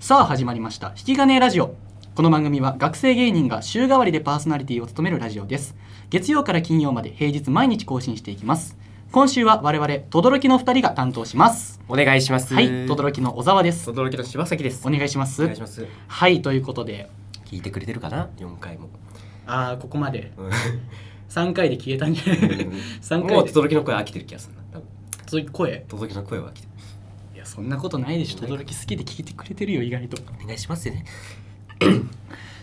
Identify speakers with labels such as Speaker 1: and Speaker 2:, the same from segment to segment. Speaker 1: さあ始まりました引き金ラジオこの番組は学生芸人が週替わりでパーソナリティを務めるラジオです月曜から金曜まで平日毎日更新していきます今週は我々轟の2人が担当します
Speaker 2: お願いします。
Speaker 1: はい
Speaker 2: とどろ
Speaker 1: 轟の小沢です
Speaker 2: きの柴崎です。
Speaker 1: お願いします
Speaker 2: お願いします。
Speaker 1: はいということで
Speaker 2: 聞いてくれてるかな？4回 も。
Speaker 1: ああここまで
Speaker 2: うん
Speaker 1: 3回で消えたんじゃない 三
Speaker 2: も
Speaker 1: 回
Speaker 2: う
Speaker 1: で
Speaker 2: とどろきの声飽きてる気がするな。多分
Speaker 1: そういう声
Speaker 2: とどろきの声は飽きてる。
Speaker 1: いやそんなことないでしょ轟好きで聞いてくれてるよ意外と
Speaker 2: お願いしますよね。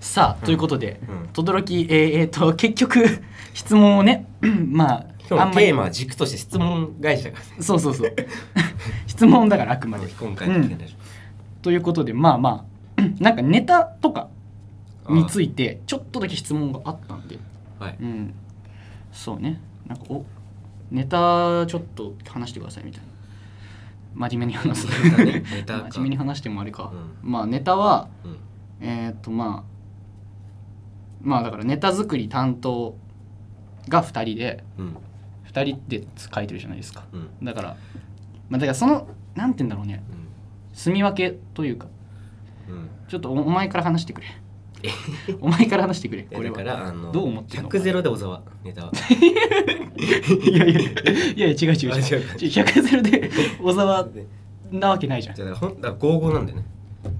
Speaker 1: さあということで
Speaker 2: うん。
Speaker 1: 轟えーえーと結局質問をね まああ
Speaker 2: 今日
Speaker 1: ん
Speaker 2: の
Speaker 1: まり
Speaker 2: テーマは軸として質問会社が
Speaker 1: そうそうそう 質問だからあくまで
Speaker 2: 今回の件でし
Speaker 1: ということでまあまあ なんかネタとか
Speaker 2: ょ
Speaker 1: についてちょっとだけ質問があったんで
Speaker 2: あー はい。
Speaker 1: うんそうねなんかおネタちょっと話してくださいみたいな真面目に話す
Speaker 2: ネ タねネタか
Speaker 1: 真面目に話してもあれか、
Speaker 2: う
Speaker 1: まあネタは
Speaker 2: うん
Speaker 1: えーっとまあまあだからネタ作り担当が2人で
Speaker 2: うん
Speaker 1: 2人で書いてるじゃないですか
Speaker 2: うんうん
Speaker 1: だからまあだからそのなんて言うんだろうね住み分けというか
Speaker 2: うん。
Speaker 1: ちょっとおお前から話してくれお前から話してくれこ
Speaker 2: こ
Speaker 1: れ
Speaker 2: れか
Speaker 1: は
Speaker 2: らあの
Speaker 1: どう思ってんの
Speaker 2: 100ゼロで小沢 ネタは。
Speaker 1: いやいやいやいや違う違う違う
Speaker 2: あ違う
Speaker 1: 100ゼロで小沢なわけないじゃん
Speaker 2: じゃあほんだから合合なんだよね。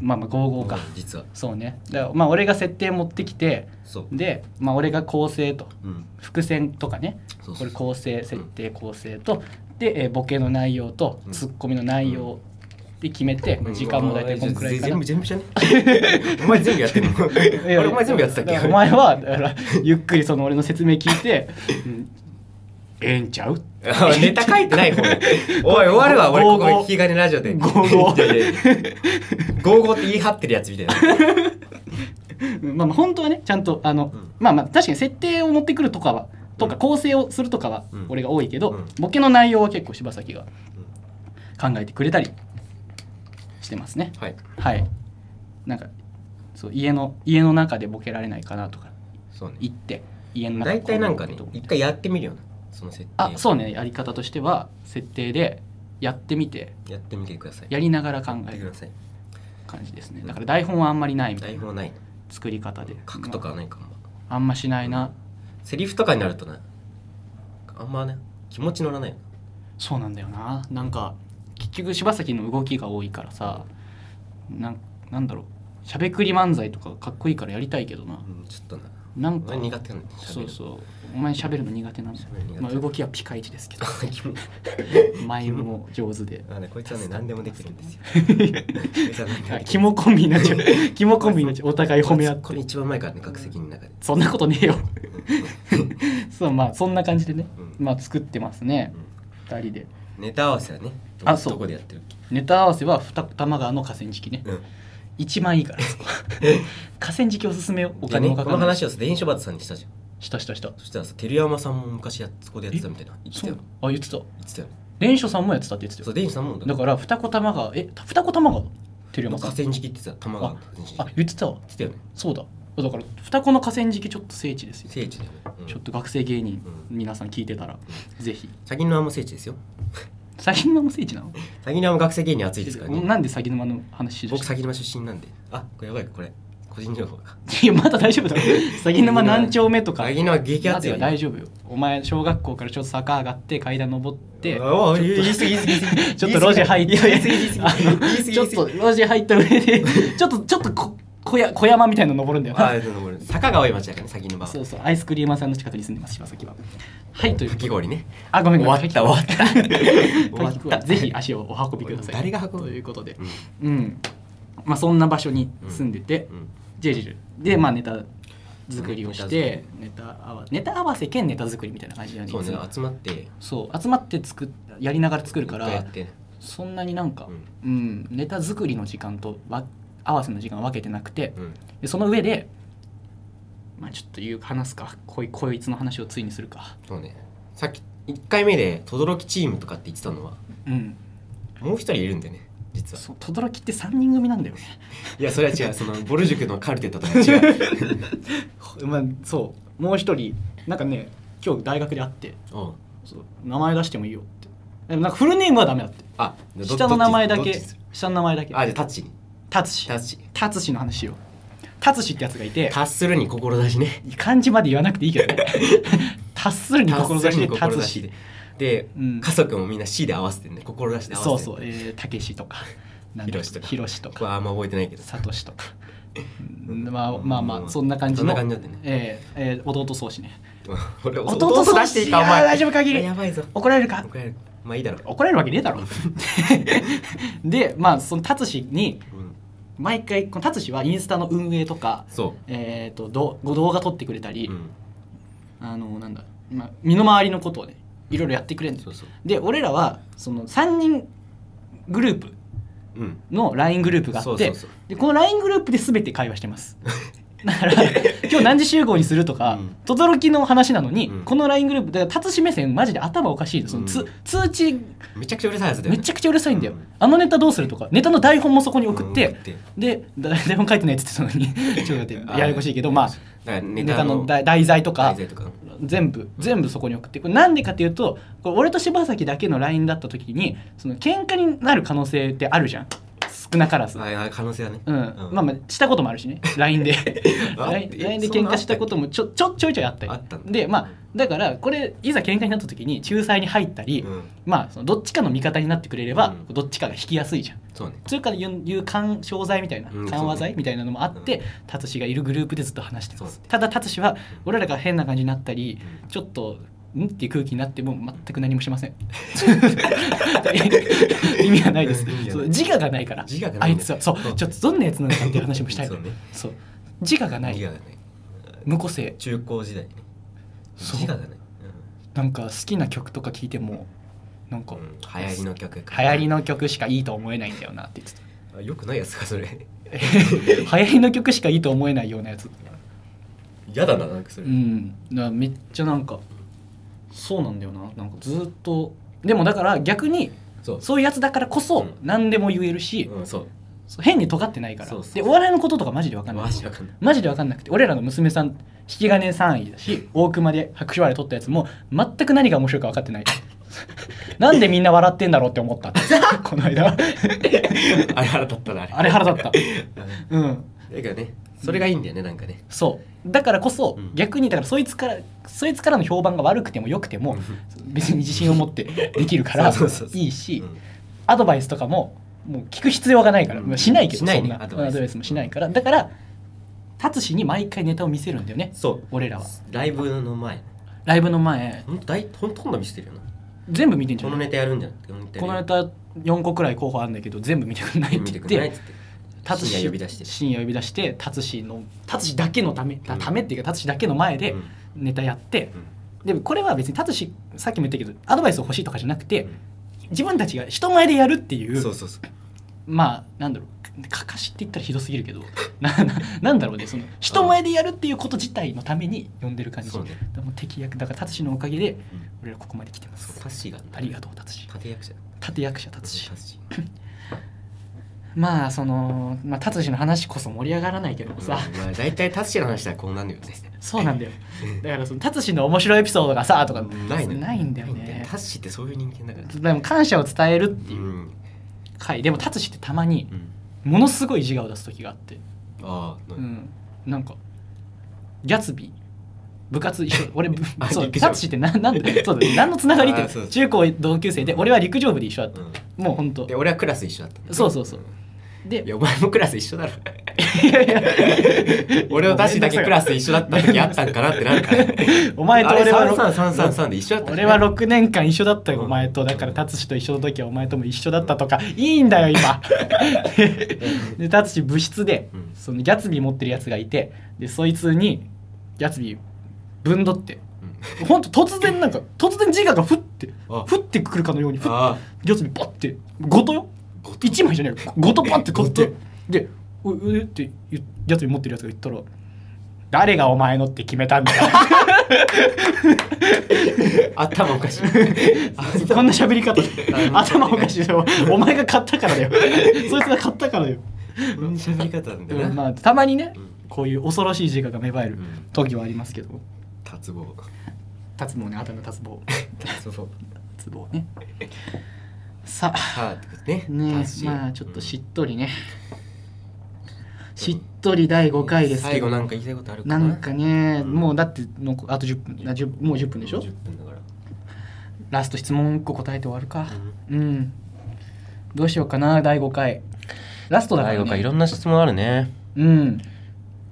Speaker 1: まあまあ55か
Speaker 2: うん実は
Speaker 1: そうねだからまあ俺が設定持ってきて
Speaker 2: そう。
Speaker 1: でまあ俺が構成と
Speaker 2: うん。
Speaker 1: 伏線とかね
Speaker 2: そう
Speaker 1: こ
Speaker 2: そう
Speaker 1: れ構成設定構成とで、えーボケの内容と
Speaker 2: うん
Speaker 1: ツッコミの内容で決めて、
Speaker 2: うん
Speaker 1: 時間も大体こんくらいかな
Speaker 2: 全部全部じゃね お前全部やってんの
Speaker 1: いや
Speaker 2: 俺お前全部やってたっ
Speaker 1: だ
Speaker 2: け
Speaker 1: からお前はだからゆっくりその俺の説明聞い て「うんええんちゃう?」
Speaker 2: ネタ書いてない方ねおい終わるわ俺ここ
Speaker 1: ゴーゴー
Speaker 2: 引き金ラジオで
Speaker 1: ゴーゴー
Speaker 2: いやいやいやゴーゴーって言い張ってるやつみたいな
Speaker 1: うんまあまあ本当はねちゃんとあの、
Speaker 2: うん
Speaker 1: まあまあ確かに設定を持ってくるとかはとか
Speaker 2: うん
Speaker 1: 構成をするとかは
Speaker 2: うん
Speaker 1: 俺が多いけど、
Speaker 2: うん
Speaker 1: ボケの内容は結構柴崎が考えてくれたりしてますね
Speaker 2: はい
Speaker 1: はいなんかそう家の家の中でボケられないかなとか
Speaker 2: そうね
Speaker 1: 言って家の中
Speaker 2: 大体なんかね
Speaker 1: こういうこ
Speaker 2: 一
Speaker 1: と
Speaker 2: 回やってみるよなその設定
Speaker 1: あそうねやり方としては設定でやってみて
Speaker 2: やってみてください
Speaker 1: やりながら考
Speaker 2: や
Speaker 1: え
Speaker 2: ってく
Speaker 1: る
Speaker 2: ださい
Speaker 1: 感じですねだから台本はあんまりないみたい
Speaker 2: 台
Speaker 1: な
Speaker 2: 本はない
Speaker 1: 作り方で
Speaker 2: 書くとかはないかも
Speaker 1: まああんましないな
Speaker 2: セリフとかになるとなあんまね気持ち乗らないよ
Speaker 1: そうなんだよななんか結局柴崎の動きが多いからさなんなんだろうしゃべくり漫才とかかっこいいからやりたいけどな
Speaker 2: うんちょっとな
Speaker 1: なん
Speaker 2: お
Speaker 1: か
Speaker 2: 前苦手なの
Speaker 1: そうそうお前しゃべるの苦手なんだよ
Speaker 2: 喋るの苦手
Speaker 1: まあ、 動きはピカイチですけど
Speaker 2: キモ
Speaker 1: 前も上手で
Speaker 2: あね、こいつはね、何でもできるんですよ。
Speaker 1: あキモコンビになっ ちゃうキモコンビになっちゃうお互い褒め合っ
Speaker 2: こ
Speaker 1: て
Speaker 2: れ一番前からね、学籍の中で。
Speaker 1: そんなことねえよ そうまあそんな感じでね、
Speaker 2: うん
Speaker 1: まあ作ってますね2人で
Speaker 2: ネタ合わせはね、ど
Speaker 1: あそう
Speaker 2: どこでやってるっけ
Speaker 1: ネタ合わせは二玉川の河川敷ね
Speaker 2: うん
Speaker 1: 一番いいからそこ河川敷おすすめよお金
Speaker 2: で
Speaker 1: も
Speaker 2: ね
Speaker 1: かか
Speaker 2: この
Speaker 1: んない
Speaker 2: 話をさ、電書バツさんにしたじゃん。
Speaker 1: したしたした
Speaker 2: そしたらさ、照山さんも昔やっそこでやってたみたいな。言ってた
Speaker 1: そ
Speaker 2: よ
Speaker 1: う。あ言ってた
Speaker 2: 言ってたよ。
Speaker 1: 蓮書さんもやってたって言ってた
Speaker 2: そう、
Speaker 1: よ
Speaker 2: 電書さんも、
Speaker 1: だから二子玉川え二子玉川照
Speaker 2: ら
Speaker 1: 山
Speaker 2: 河
Speaker 1: さん
Speaker 2: 川敷って言ってた、玉川の河川敷。
Speaker 1: あ言ってたわ
Speaker 2: 言ってたよね。
Speaker 1: そうだだから二子の河川敷ちょっと聖地ですよ
Speaker 2: 聖地だよね。うん
Speaker 1: ちょっと学生芸人
Speaker 2: う
Speaker 1: 皆さん聞いてたらぜひ
Speaker 2: 鷺沼も聖地ですよ。
Speaker 1: 詐欺沼も聖地なの
Speaker 2: 鷺沼も学生芸人熱いですからね。
Speaker 1: なんで詐欺沼の話し
Speaker 2: 僕、鷺沼出身なんで。あ、これやばい、これ。個人情報か。
Speaker 1: いやまだ大丈夫だろ詐欺沼何丁目とか
Speaker 2: 鷺沼激
Speaker 1: ま
Speaker 2: 熱
Speaker 1: で
Speaker 2: い
Speaker 1: は
Speaker 2: よね。
Speaker 1: 大丈夫よお前小学校からちょっと坂上がって階段登って
Speaker 2: おお言い過ぎ言い過ぎ言い過 ぎ
Speaker 1: ちょっと路地入って、
Speaker 2: 言い過ぎ言い過ぎ
Speaker 1: あ の
Speaker 2: 言い過ぎ
Speaker 1: ちょっと路地入った上で、 ちょっと、ちょっとこ小や小山みたいなの登るんだよ
Speaker 2: あ
Speaker 1: な。
Speaker 2: あどうも坂が多い町だからね先の場
Speaker 1: そ
Speaker 2: は
Speaker 1: うそう、アイスクリーム屋さんの近くに住んでます、柴崎は。はい、という
Speaker 2: かき氷ね
Speaker 1: あ、ごめんごめん。
Speaker 2: 終わった
Speaker 1: かき氷
Speaker 2: 終わった
Speaker 1: かき氷ぜひ足をお運びください。
Speaker 2: 誰が運ぶ
Speaker 1: ということで
Speaker 2: う、ん
Speaker 1: うん。まあ、そんな場所に住んでて、
Speaker 2: うん
Speaker 1: ジェジェジェで、まあ、ネタ作りをして、ネタ合わネタ合わせ兼ネタ作りみたいな感じだよね。
Speaker 2: そう
Speaker 1: いつ
Speaker 2: ね
Speaker 1: も
Speaker 2: 集まって
Speaker 1: そう、集まって作っやりながら作るか
Speaker 2: いっぱいや
Speaker 1: ら
Speaker 2: っ、てね
Speaker 1: そんなになんか、
Speaker 2: うん
Speaker 1: うん、ネタ作りの時間とわ合わせの時間は分けてなくて
Speaker 2: うん
Speaker 1: でその上でまあちょっと言う話すかこいこいつの話をついにするか
Speaker 2: そうねさっき一回目で轟チームとかって言ってたのは
Speaker 1: うん
Speaker 2: もう一人いるんだよね実は
Speaker 1: そう轟って3人組なんだよね
Speaker 2: いやそれは違うそのボル塾のカルテットとか違 う
Speaker 1: まあそうもう一人なんかね今日大学で会って
Speaker 2: うん
Speaker 1: そう名前出してもいいよってでもなんかフルネームはダメだって
Speaker 2: あど
Speaker 1: 下の名前だ
Speaker 2: どっち
Speaker 1: け
Speaker 2: にする
Speaker 1: 下の名前だけ
Speaker 2: あじゃあタッチに
Speaker 1: タ達志
Speaker 2: 達し
Speaker 1: 達志の話しよう達志ってやつがいて
Speaker 2: 達するに志ね
Speaker 1: 漢字まで言わなくていいけどね 達するに
Speaker 2: 達する
Speaker 1: 志で
Speaker 2: に
Speaker 1: 達
Speaker 2: 志
Speaker 1: 志
Speaker 2: でで
Speaker 1: うん
Speaker 2: 家族もみんな C で合わせてね志で合わせて
Speaker 1: そうそう
Speaker 2: う
Speaker 1: えーたけしとかなんだ
Speaker 2: ひろしとか
Speaker 1: ひろしと
Speaker 2: これ
Speaker 1: か
Speaker 2: はあんま覚えてないけど
Speaker 1: さとしと かうんまあまあまあそんな感じ
Speaker 2: そん
Speaker 1: の
Speaker 2: な感じなんでね
Speaker 1: えーえー弟宗師ね
Speaker 2: 俺
Speaker 1: 弟
Speaker 2: 弟出していいかお
Speaker 1: い
Speaker 2: 前
Speaker 1: や大丈夫限り
Speaker 2: やばいぞ
Speaker 1: 怒られるか
Speaker 2: 怒られるまあいいだろう、
Speaker 1: 怒られるわけねえだ ろでまあその達志に
Speaker 2: うん、
Speaker 1: 毎回この達志はインスタの運営とか、
Speaker 2: そ
Speaker 1: えー、とどご動画撮ってくれたり、
Speaker 2: う、うん、
Speaker 1: あのなんだ、まあ、身の回りのことをねいろいろやってくれるんです
Speaker 2: そうそう
Speaker 1: で俺らはその3人グループ
Speaker 2: うん
Speaker 1: の LINE グループがあって
Speaker 2: そうそうそう
Speaker 1: でこの LINE グループで全て会話してますだから今日何時集合にするとか
Speaker 2: うん
Speaker 1: 轟、の話なのに、
Speaker 2: うん
Speaker 1: この LINE グループだから達志目線マジで頭おかしいのそのつ、
Speaker 2: うん
Speaker 1: 通知
Speaker 2: めちゃくちゃうるさいやつだよ
Speaker 1: め
Speaker 2: ね
Speaker 1: ちゃくちゃうるさいんだよ、
Speaker 2: うん
Speaker 1: あのネタどうするとかネタの台本もそこに送って、
Speaker 2: うん送って
Speaker 1: でだ台本書いてないっつってたのに ちょっと待ってややこしいけどまあ
Speaker 2: だから
Speaker 1: ネ
Speaker 2: ネ
Speaker 1: タ
Speaker 2: タ
Speaker 1: の
Speaker 2: の
Speaker 1: 題題材とか
Speaker 2: 題材とか
Speaker 1: 全部全部そこに送ってこれなんでかっていうとこれ俺と柴崎だけの LINE だった時にその喧嘩になる可能性ってあるじゃん少なからず。
Speaker 2: ああ可能性はね
Speaker 1: うんまあまあしたこともあるし ね LINE で
Speaker 2: あ
Speaker 1: LINE
Speaker 2: え
Speaker 1: LINE で
Speaker 2: そん
Speaker 1: 喧嘩
Speaker 2: なあった
Speaker 1: したこともちょちょちょいちょいあったり
Speaker 2: あったんだ
Speaker 1: でまあだからこれいざ喧嘩になった時に仲裁に入ったり、
Speaker 2: うん
Speaker 1: まあそのどっちかの味方になってくれれば、
Speaker 2: うん
Speaker 1: どっちかが引きやすいじゃん
Speaker 2: そうね
Speaker 1: それからいういう緩衝材みたいな
Speaker 2: うん
Speaker 1: 緩和剤
Speaker 2: そう
Speaker 1: みたいなのもあって
Speaker 2: うん
Speaker 1: 達志がいるグループでずっと話してま
Speaker 2: そ
Speaker 1: す
Speaker 2: うね
Speaker 1: ただ達志は俺らが変な感じになったり
Speaker 2: うん
Speaker 1: ちょっとんっていう空気になっても全く何もしま せん意味がないです
Speaker 2: 意味がない
Speaker 1: そう自我がないから
Speaker 2: 自我が
Speaker 1: あ
Speaker 2: ない
Speaker 1: い
Speaker 2: んだ
Speaker 1: つ
Speaker 2: よ
Speaker 1: はそう
Speaker 2: そう
Speaker 1: ちょっとどんなやつなのかっていう話もしたい
Speaker 2: そうね
Speaker 1: そう自我がない
Speaker 2: 自我がない
Speaker 1: 無個性
Speaker 2: 中高時代ね
Speaker 1: そう
Speaker 2: 自我がない
Speaker 1: なんか好きな曲とか聴いてもなん
Speaker 2: う
Speaker 1: か
Speaker 2: んうん流行りの曲
Speaker 1: 流行りの曲しかいいと思えないんだよなって言ってた
Speaker 2: あよくないやつかそれ
Speaker 1: 流行りの曲しかいいと思えないようなやつ
Speaker 2: 嫌だななんかそうれ
Speaker 1: んだからめっちゃなんかそうなんだよななんかずっとでもだから逆に
Speaker 2: そう
Speaker 1: そういうやつだからこ
Speaker 2: う
Speaker 1: そ
Speaker 2: ん
Speaker 1: 何でも言えるし、
Speaker 2: うんそう
Speaker 1: そう変に尖ってないから
Speaker 2: そうそう
Speaker 1: でお笑いのこととかマジで分かんない
Speaker 2: マジわかんない
Speaker 1: マジで分かんなくて俺らの娘さん引き金3位だし大熊で拍手笑い取ったやつも全く何が面白いか分かってない なんでみんな笑ってんだろうって思 ったってこの間
Speaker 2: あれ腹立ったなあれ
Speaker 1: あれ腹立った
Speaker 2: うん
Speaker 1: うん
Speaker 2: だけどねそれがいいんだよねなんかね
Speaker 1: そうだからこそ、
Speaker 2: うん
Speaker 1: 逆にだからそいつからそいつからの評判が悪くても良くても別に自信を持ってできるから
Speaker 2: そうそうそうそう
Speaker 1: いいし、
Speaker 2: うん
Speaker 1: アドバイスとかももう聞く必要がないから、
Speaker 2: うん
Speaker 1: まあしないけど
Speaker 2: しないね
Speaker 1: そんなア
Speaker 2: ア
Speaker 1: ド
Speaker 2: ド
Speaker 1: バ
Speaker 2: バ
Speaker 1: イ
Speaker 2: イ
Speaker 1: ス
Speaker 2: ス
Speaker 1: もしないからだから達志に毎回ネタを見せるんだよね
Speaker 2: そう
Speaker 1: 俺らは
Speaker 2: ライブの前
Speaker 1: ライブの前
Speaker 2: ほんと大ほんとほんど見せてるよな
Speaker 1: 全部見てんじゃ
Speaker 2: こ
Speaker 1: ん
Speaker 2: のネタやるんじゃなくて
Speaker 1: このネタ4個くらい候補あるんだけど全部見てくんないっ
Speaker 2: 見
Speaker 1: て
Speaker 2: て
Speaker 1: 言っ
Speaker 2: くれないってつって
Speaker 1: 達
Speaker 2: 深
Speaker 1: 志
Speaker 2: 夜呼び出して
Speaker 1: 深夜呼び出して達志の達志だけのため、たためっていうか達志だけの前で
Speaker 2: うん
Speaker 1: ネタやって、
Speaker 2: うん
Speaker 1: でもこれは別にただしさっきも言ったけどアドバイスを欲しいとかじゃなくて、
Speaker 2: うん
Speaker 1: 自分たちが人前でやるっていう
Speaker 2: そうそうそう
Speaker 1: まあなんだろうかかかしって言ったらひどすぎるけど なななんだろうねその人前でやるっていうこと自体のために呼んでる感じ
Speaker 2: そうね
Speaker 1: でも敵役だから達志のおかげで
Speaker 2: うん
Speaker 1: 俺らここまで来てま
Speaker 2: そ
Speaker 1: す
Speaker 2: うタッシーが
Speaker 1: ありがとう達志
Speaker 2: 立役者
Speaker 1: 立役者
Speaker 2: タ
Speaker 1: 達志
Speaker 2: ッシ
Speaker 1: まあその、まあ、達志の話こそ盛り上がらないけども
Speaker 2: ー
Speaker 1: さ、
Speaker 2: うんまあ大体タッシーの話はこうなんだよね
Speaker 1: そうなんだよだからその達志の面白いエピソードがさとか
Speaker 2: ないの
Speaker 1: ないんだよね
Speaker 2: タッシーってそういう人間だから
Speaker 1: でも感謝を伝えるって
Speaker 2: う
Speaker 1: いうん回でも達志ってたまに、
Speaker 2: うん
Speaker 1: ものすごい自我を出す時があって、
Speaker 2: あ
Speaker 1: う
Speaker 2: あなん
Speaker 1: ん、なんかギャツビー部活一 緒俺ぶ
Speaker 2: あ
Speaker 1: そう
Speaker 2: 陸上
Speaker 1: タッチってななんでそうだ何のつながりっ
Speaker 2: あそう
Speaker 1: て
Speaker 2: そう
Speaker 1: 中高同級生で俺は陸上部で一緒だった
Speaker 2: うん
Speaker 1: もうほんと
Speaker 2: で俺はクラス一緒だったの
Speaker 1: そうそうそうんで
Speaker 2: いやお前もクラス一緒だろ
Speaker 1: いやい やいや
Speaker 2: 俺をタッシーだけクラス一緒だった時あったんかなってなんか
Speaker 1: お前と
Speaker 2: あ
Speaker 1: 俺
Speaker 2: れ
Speaker 1: は
Speaker 2: 333で一緒だった
Speaker 1: 俺は6年間一緒だったよ
Speaker 2: うん
Speaker 1: お前とだから達志と一緒の時はお前とも一緒だったとかいいんだよ今で達志部室で
Speaker 2: うん
Speaker 1: そのギャツビー持ってるやつがいてでそいつにギャツビーぶんどって
Speaker 2: うん
Speaker 1: ほんと突然なんか突然自我がふって
Speaker 2: あ
Speaker 1: ふってくるかのようにふっ
Speaker 2: ああ
Speaker 1: 四つにパッてごとよ
Speaker 2: ごと
Speaker 1: 一枚じゃないよごとパッて取っ
Speaker 2: ご
Speaker 1: て
Speaker 2: と
Speaker 1: で「うう」って言うやつに持ってるやつが言ったら「誰がお前のって決めたん だよ」
Speaker 2: 頭おかしい
Speaker 1: こんな喋り方頭おかしい よお前が買ったからだよそいつが買ったからだよ、
Speaker 2: こんな喋り方なんだ
Speaker 1: うん
Speaker 2: な
Speaker 1: まあたまにね
Speaker 2: うん
Speaker 1: こういう恐ろしい自我が芽生える
Speaker 2: うん
Speaker 1: 時はありますけど
Speaker 2: 達望
Speaker 1: 達棒ねあだ名達 棒
Speaker 2: 達望
Speaker 1: 達棒ねさあ
Speaker 2: はあってことね
Speaker 1: ね
Speaker 2: 達し
Speaker 1: まあちょっとしっとりね、しっとり第5回ですけ
Speaker 2: 最
Speaker 1: ど
Speaker 2: 後なんか言いたいことあるか
Speaker 1: な
Speaker 2: なん
Speaker 1: かね、
Speaker 2: うん
Speaker 1: もうだってのあと10分あ10もう10分でしょ
Speaker 2: 10分だから
Speaker 1: ラスト質問1個答えて終わるか
Speaker 2: うん
Speaker 1: うん、どうしようかな第5回ラストだから、ね、
Speaker 2: 第5回いろんな質問あるね
Speaker 1: うん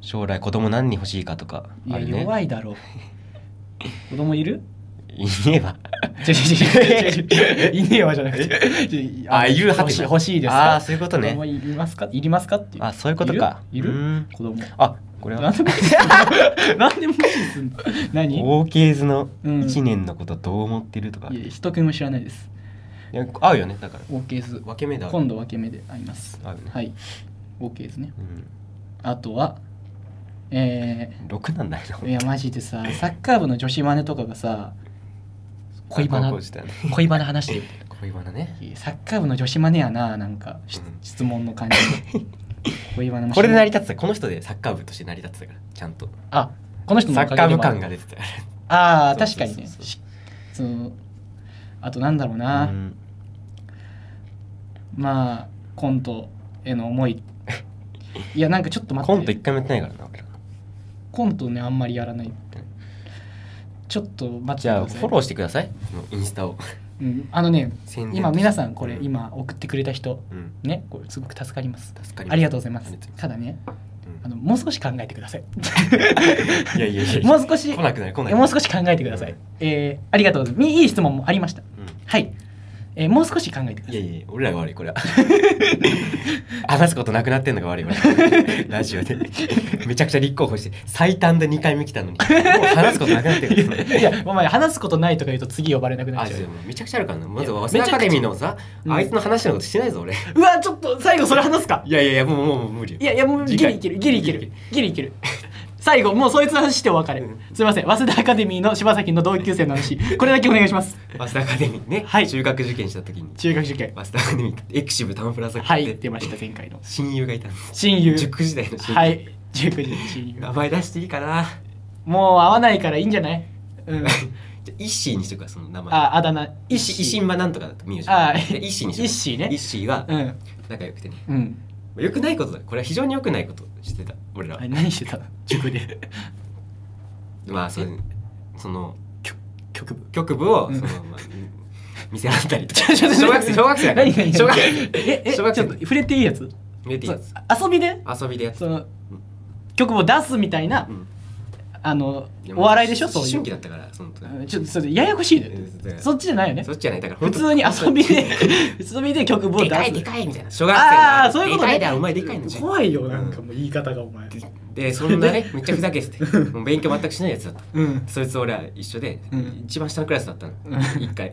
Speaker 2: 将来子供何人欲しいかとか
Speaker 1: い
Speaker 2: あ
Speaker 1: や、
Speaker 2: るね
Speaker 1: 弱いだろ う子供いる
Speaker 2: いねえわ
Speaker 1: 違う違う違う違ういねえわじゃなくてちょ
Speaker 2: あいるは
Speaker 1: 欲
Speaker 2: ず
Speaker 1: しい欲しいです
Speaker 2: あ
Speaker 1: か
Speaker 2: あそういうこと
Speaker 1: 子供
Speaker 2: ね
Speaker 1: いりますかいりますかっていう
Speaker 2: あそういうことか
Speaker 1: いるいる
Speaker 2: うん
Speaker 1: 子供
Speaker 2: あこれ
Speaker 1: な
Speaker 2: は
Speaker 1: んで無視するなんで無視すんの何い
Speaker 2: OK 図の
Speaker 1: うん
Speaker 2: 1年のことどう思ってるとか、い
Speaker 1: や人君も知らないです
Speaker 2: や合うよねだから
Speaker 1: OK 図
Speaker 2: 分け目だ
Speaker 1: 今度分け目で会います
Speaker 2: 合うね、
Speaker 1: はい。OK ですね。
Speaker 2: うん、
Speaker 1: あとは、え
Speaker 2: 6なんだよ
Speaker 1: ー、いや、マジでさ、サッカー部の女子マネとかがさ、恋バナ
Speaker 2: 高校時代ね
Speaker 1: 恋バナ話してる。
Speaker 2: 恋バナね
Speaker 1: いやサッカー部の女子マネやな、なんか、し
Speaker 2: うん
Speaker 1: 質問の感じ。 恋バナも
Speaker 2: これで成
Speaker 1: り
Speaker 2: り立つたこの人でサッカー部として成り立つたからちゃんと
Speaker 1: あ、この人の
Speaker 2: サ
Speaker 1: お
Speaker 2: ッ
Speaker 1: か
Speaker 2: カー
Speaker 1: げ
Speaker 2: 部
Speaker 1: で
Speaker 2: 感が出てたよ
Speaker 1: ああ、
Speaker 2: そう
Speaker 1: 確
Speaker 2: そ
Speaker 1: か
Speaker 2: うそう
Speaker 1: にね。しそのあと、なんだろうな、
Speaker 2: うん
Speaker 1: まあ、コントへの思 い。いや、なんかちょっと待って。
Speaker 2: コント一回もやってないからな俺ら
Speaker 1: コントね、あんまりやらない。ちょっと待って
Speaker 2: じ
Speaker 1: く
Speaker 2: ゃ
Speaker 1: だ
Speaker 2: あ
Speaker 1: さい。
Speaker 2: フォローしてくださいこのインスタを
Speaker 1: うん、あのね
Speaker 2: 宣伝
Speaker 1: 今皆さんこれ
Speaker 2: うん
Speaker 1: 今送ってくれた人
Speaker 2: うん
Speaker 1: ねこれすごく助かります
Speaker 2: 助かり
Speaker 1: ありがとうございま
Speaker 2: あ
Speaker 1: す
Speaker 2: りがとうご
Speaker 1: ただね
Speaker 2: うん
Speaker 1: あのもう少し考えてください
Speaker 2: いやいやいやいや
Speaker 1: もう少し
Speaker 2: 来なくなる来なくなる
Speaker 1: もう少し考えてください、
Speaker 2: うん
Speaker 1: えーありがとうございますいいいい質問もありました
Speaker 2: うん
Speaker 1: はい、えーもう少し考えてくださ
Speaker 2: いや
Speaker 1: い
Speaker 2: いやいや俺らが悪 いこれは話すことなくなってんのが悪い俺らラジオでめちゃくちゃ立候補して最短で2回目来たのにもう話すことなくなってるから
Speaker 1: いやお前話すことないとか言うと次呼ばれなくな
Speaker 2: あ
Speaker 1: っちゃ
Speaker 2: で
Speaker 1: う
Speaker 2: もめちゃくちゃあるからなまず
Speaker 1: いや
Speaker 2: 早稲田アカデミーのさ
Speaker 1: うん
Speaker 2: あいつの話のことしてないぞ俺いう
Speaker 1: わちょっと最後それ話すか
Speaker 2: やいやいやもうもうもう無理よ
Speaker 1: いやいやもうギ
Speaker 2: 次
Speaker 1: リ
Speaker 2: 回
Speaker 1: いけるギリいけるギリいける最後もうそいつの話してお別れ、
Speaker 2: うん
Speaker 1: すいません早稲田アカデミーの柴崎の同級生の話 これだけお願いします
Speaker 2: 早稲田アカデミーね、
Speaker 1: はい
Speaker 2: 中学受験した時に
Speaker 1: 中学受験
Speaker 2: 早稲田アカデミーエクシブタウンプラザ
Speaker 1: は
Speaker 2: 行
Speaker 1: い
Speaker 2: って
Speaker 1: 出ました前回の
Speaker 2: 親友がいたんです
Speaker 1: 親友
Speaker 2: 塾時代の親友、
Speaker 1: はい19時の親友
Speaker 2: 名前出していいかな
Speaker 1: もう会わないからいいんじゃないうん
Speaker 2: じゃあイッシーにしとくわその名前
Speaker 1: ああだ名
Speaker 2: イシイシンマなんとかだと名字
Speaker 1: あ
Speaker 2: でイシにしよう
Speaker 1: イシね
Speaker 2: イシは
Speaker 1: うん
Speaker 2: 仲良くてね
Speaker 1: うん
Speaker 2: 良くないことだこれは非常に良くないことしてた俺ら
Speaker 1: あれ何してたの塾で
Speaker 2: まあそのその
Speaker 1: 局部
Speaker 2: 局部を
Speaker 1: うん
Speaker 2: そのまあ見せ合ったりとか
Speaker 1: ちょっと
Speaker 2: 小学生小学生だから
Speaker 1: 何何何
Speaker 2: 小学生
Speaker 1: ええち
Speaker 2: 小
Speaker 1: ょっ
Speaker 2: 学
Speaker 1: と
Speaker 2: 生
Speaker 1: 触れていいやつ
Speaker 2: 見えていいです
Speaker 1: そう遊びで
Speaker 2: 遊びでやって
Speaker 1: その曲を出すみたいな
Speaker 2: うん
Speaker 1: あの
Speaker 2: で
Speaker 1: お
Speaker 2: も
Speaker 1: 笑いでしょそう
Speaker 2: 思
Speaker 1: いう
Speaker 2: 春期だったからその時
Speaker 1: うんちょっとそれややこしいね
Speaker 2: うんだから
Speaker 1: そっちじゃないよね
Speaker 2: そっちじゃないだから
Speaker 1: 普通に遊びで 遊びで曲を出す
Speaker 2: でかいでかいみたいな小学生
Speaker 1: ああーそういうことね
Speaker 2: でかいだお前でかいのじゃん
Speaker 1: 怖いよなんかもう言い方がお前
Speaker 2: でそんなねめっちゃふざけててもう勉強全くしないやつだった
Speaker 1: うん
Speaker 2: そいつ俺は一緒で、
Speaker 1: うん
Speaker 2: 一番下のクラスだったの
Speaker 1: うん
Speaker 2: 一回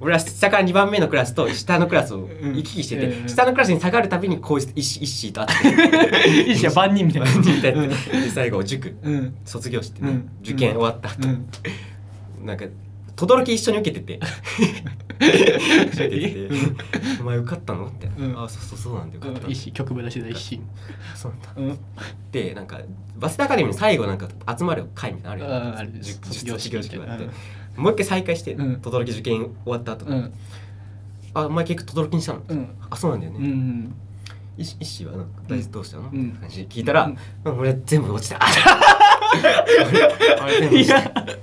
Speaker 2: 俺は下から2番目のクラスと下のクラスを
Speaker 1: ん
Speaker 2: 行き来してて、
Speaker 1: うん
Speaker 2: 下のクラスに下がるたびにこうして一シーと会って
Speaker 1: いいじゃん万人みたいな
Speaker 2: みたいなで最後塾
Speaker 1: うん
Speaker 2: 卒業してね、
Speaker 1: うん
Speaker 2: 受験終わった
Speaker 1: う
Speaker 2: 後、
Speaker 1: ん
Speaker 2: なんか轟一緒に受けてて受けてて
Speaker 1: うん
Speaker 2: 「お前受かったの?」って「
Speaker 1: うん
Speaker 2: あそうそうそうなんだよ受かったんだ
Speaker 1: 一心曲部出しだ一心
Speaker 2: そうなんだ
Speaker 1: うん」
Speaker 2: でなんか早稲田アカデミーの最後なんか集まる会みたいなの
Speaker 1: あ
Speaker 2: あ
Speaker 1: あ
Speaker 2: る
Speaker 1: る
Speaker 2: よ塾
Speaker 1: 卒業
Speaker 2: 卒
Speaker 1: 式
Speaker 2: 業
Speaker 1: みた
Speaker 2: 式
Speaker 1: い
Speaker 2: が
Speaker 1: な
Speaker 2: あって、もう一回再開して
Speaker 1: うん
Speaker 2: 轟、受験終わった後、
Speaker 1: うん
Speaker 2: あお前結局轟にしたの?」
Speaker 1: うん
Speaker 2: あそうなんだよね」
Speaker 1: うん
Speaker 2: い医師はなんか大豆どうしたの、
Speaker 1: うん
Speaker 2: って感じで聞いたら、
Speaker 1: うん
Speaker 2: うん俺全 部落ちた俺俺全部落
Speaker 1: い
Speaker 2: ちた
Speaker 1: や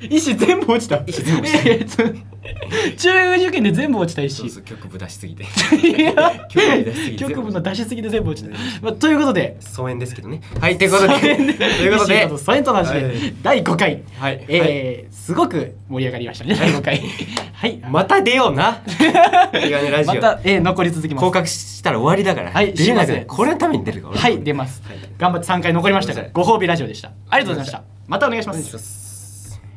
Speaker 1: 一心全部落ちた
Speaker 2: 医師全部落ち
Speaker 1: ちた 中学受験で全部落ちた一
Speaker 2: そう
Speaker 1: 心
Speaker 2: そう局部出しすぎて
Speaker 1: いや
Speaker 2: 局部出しすぎて
Speaker 1: 局部の
Speaker 2: 全部
Speaker 1: 出しすぎで全部落ちたまあということで
Speaker 2: 疎遠ですけどねはいということでということ
Speaker 1: 一
Speaker 2: で
Speaker 1: 心とソエントの話
Speaker 2: は
Speaker 1: で
Speaker 2: い
Speaker 1: 第5回
Speaker 2: はい、はい
Speaker 1: えーすごく盛り上がりましたね第5回はい
Speaker 2: また出よ うなメガネラジ
Speaker 1: ま
Speaker 2: オ、
Speaker 1: たえー残り続きます
Speaker 2: 降格したら終わりだから、
Speaker 1: はい
Speaker 2: 出れなく
Speaker 1: すいませ
Speaker 2: なんいこれのために出るから俺
Speaker 1: はい出ます
Speaker 2: はい
Speaker 1: 頑張って3回残りましたから
Speaker 2: はい
Speaker 1: ご褒美ラジオでしたありがとうございましたまたお願いし
Speaker 2: お
Speaker 1: ま
Speaker 2: 願い
Speaker 1: す
Speaker 2: します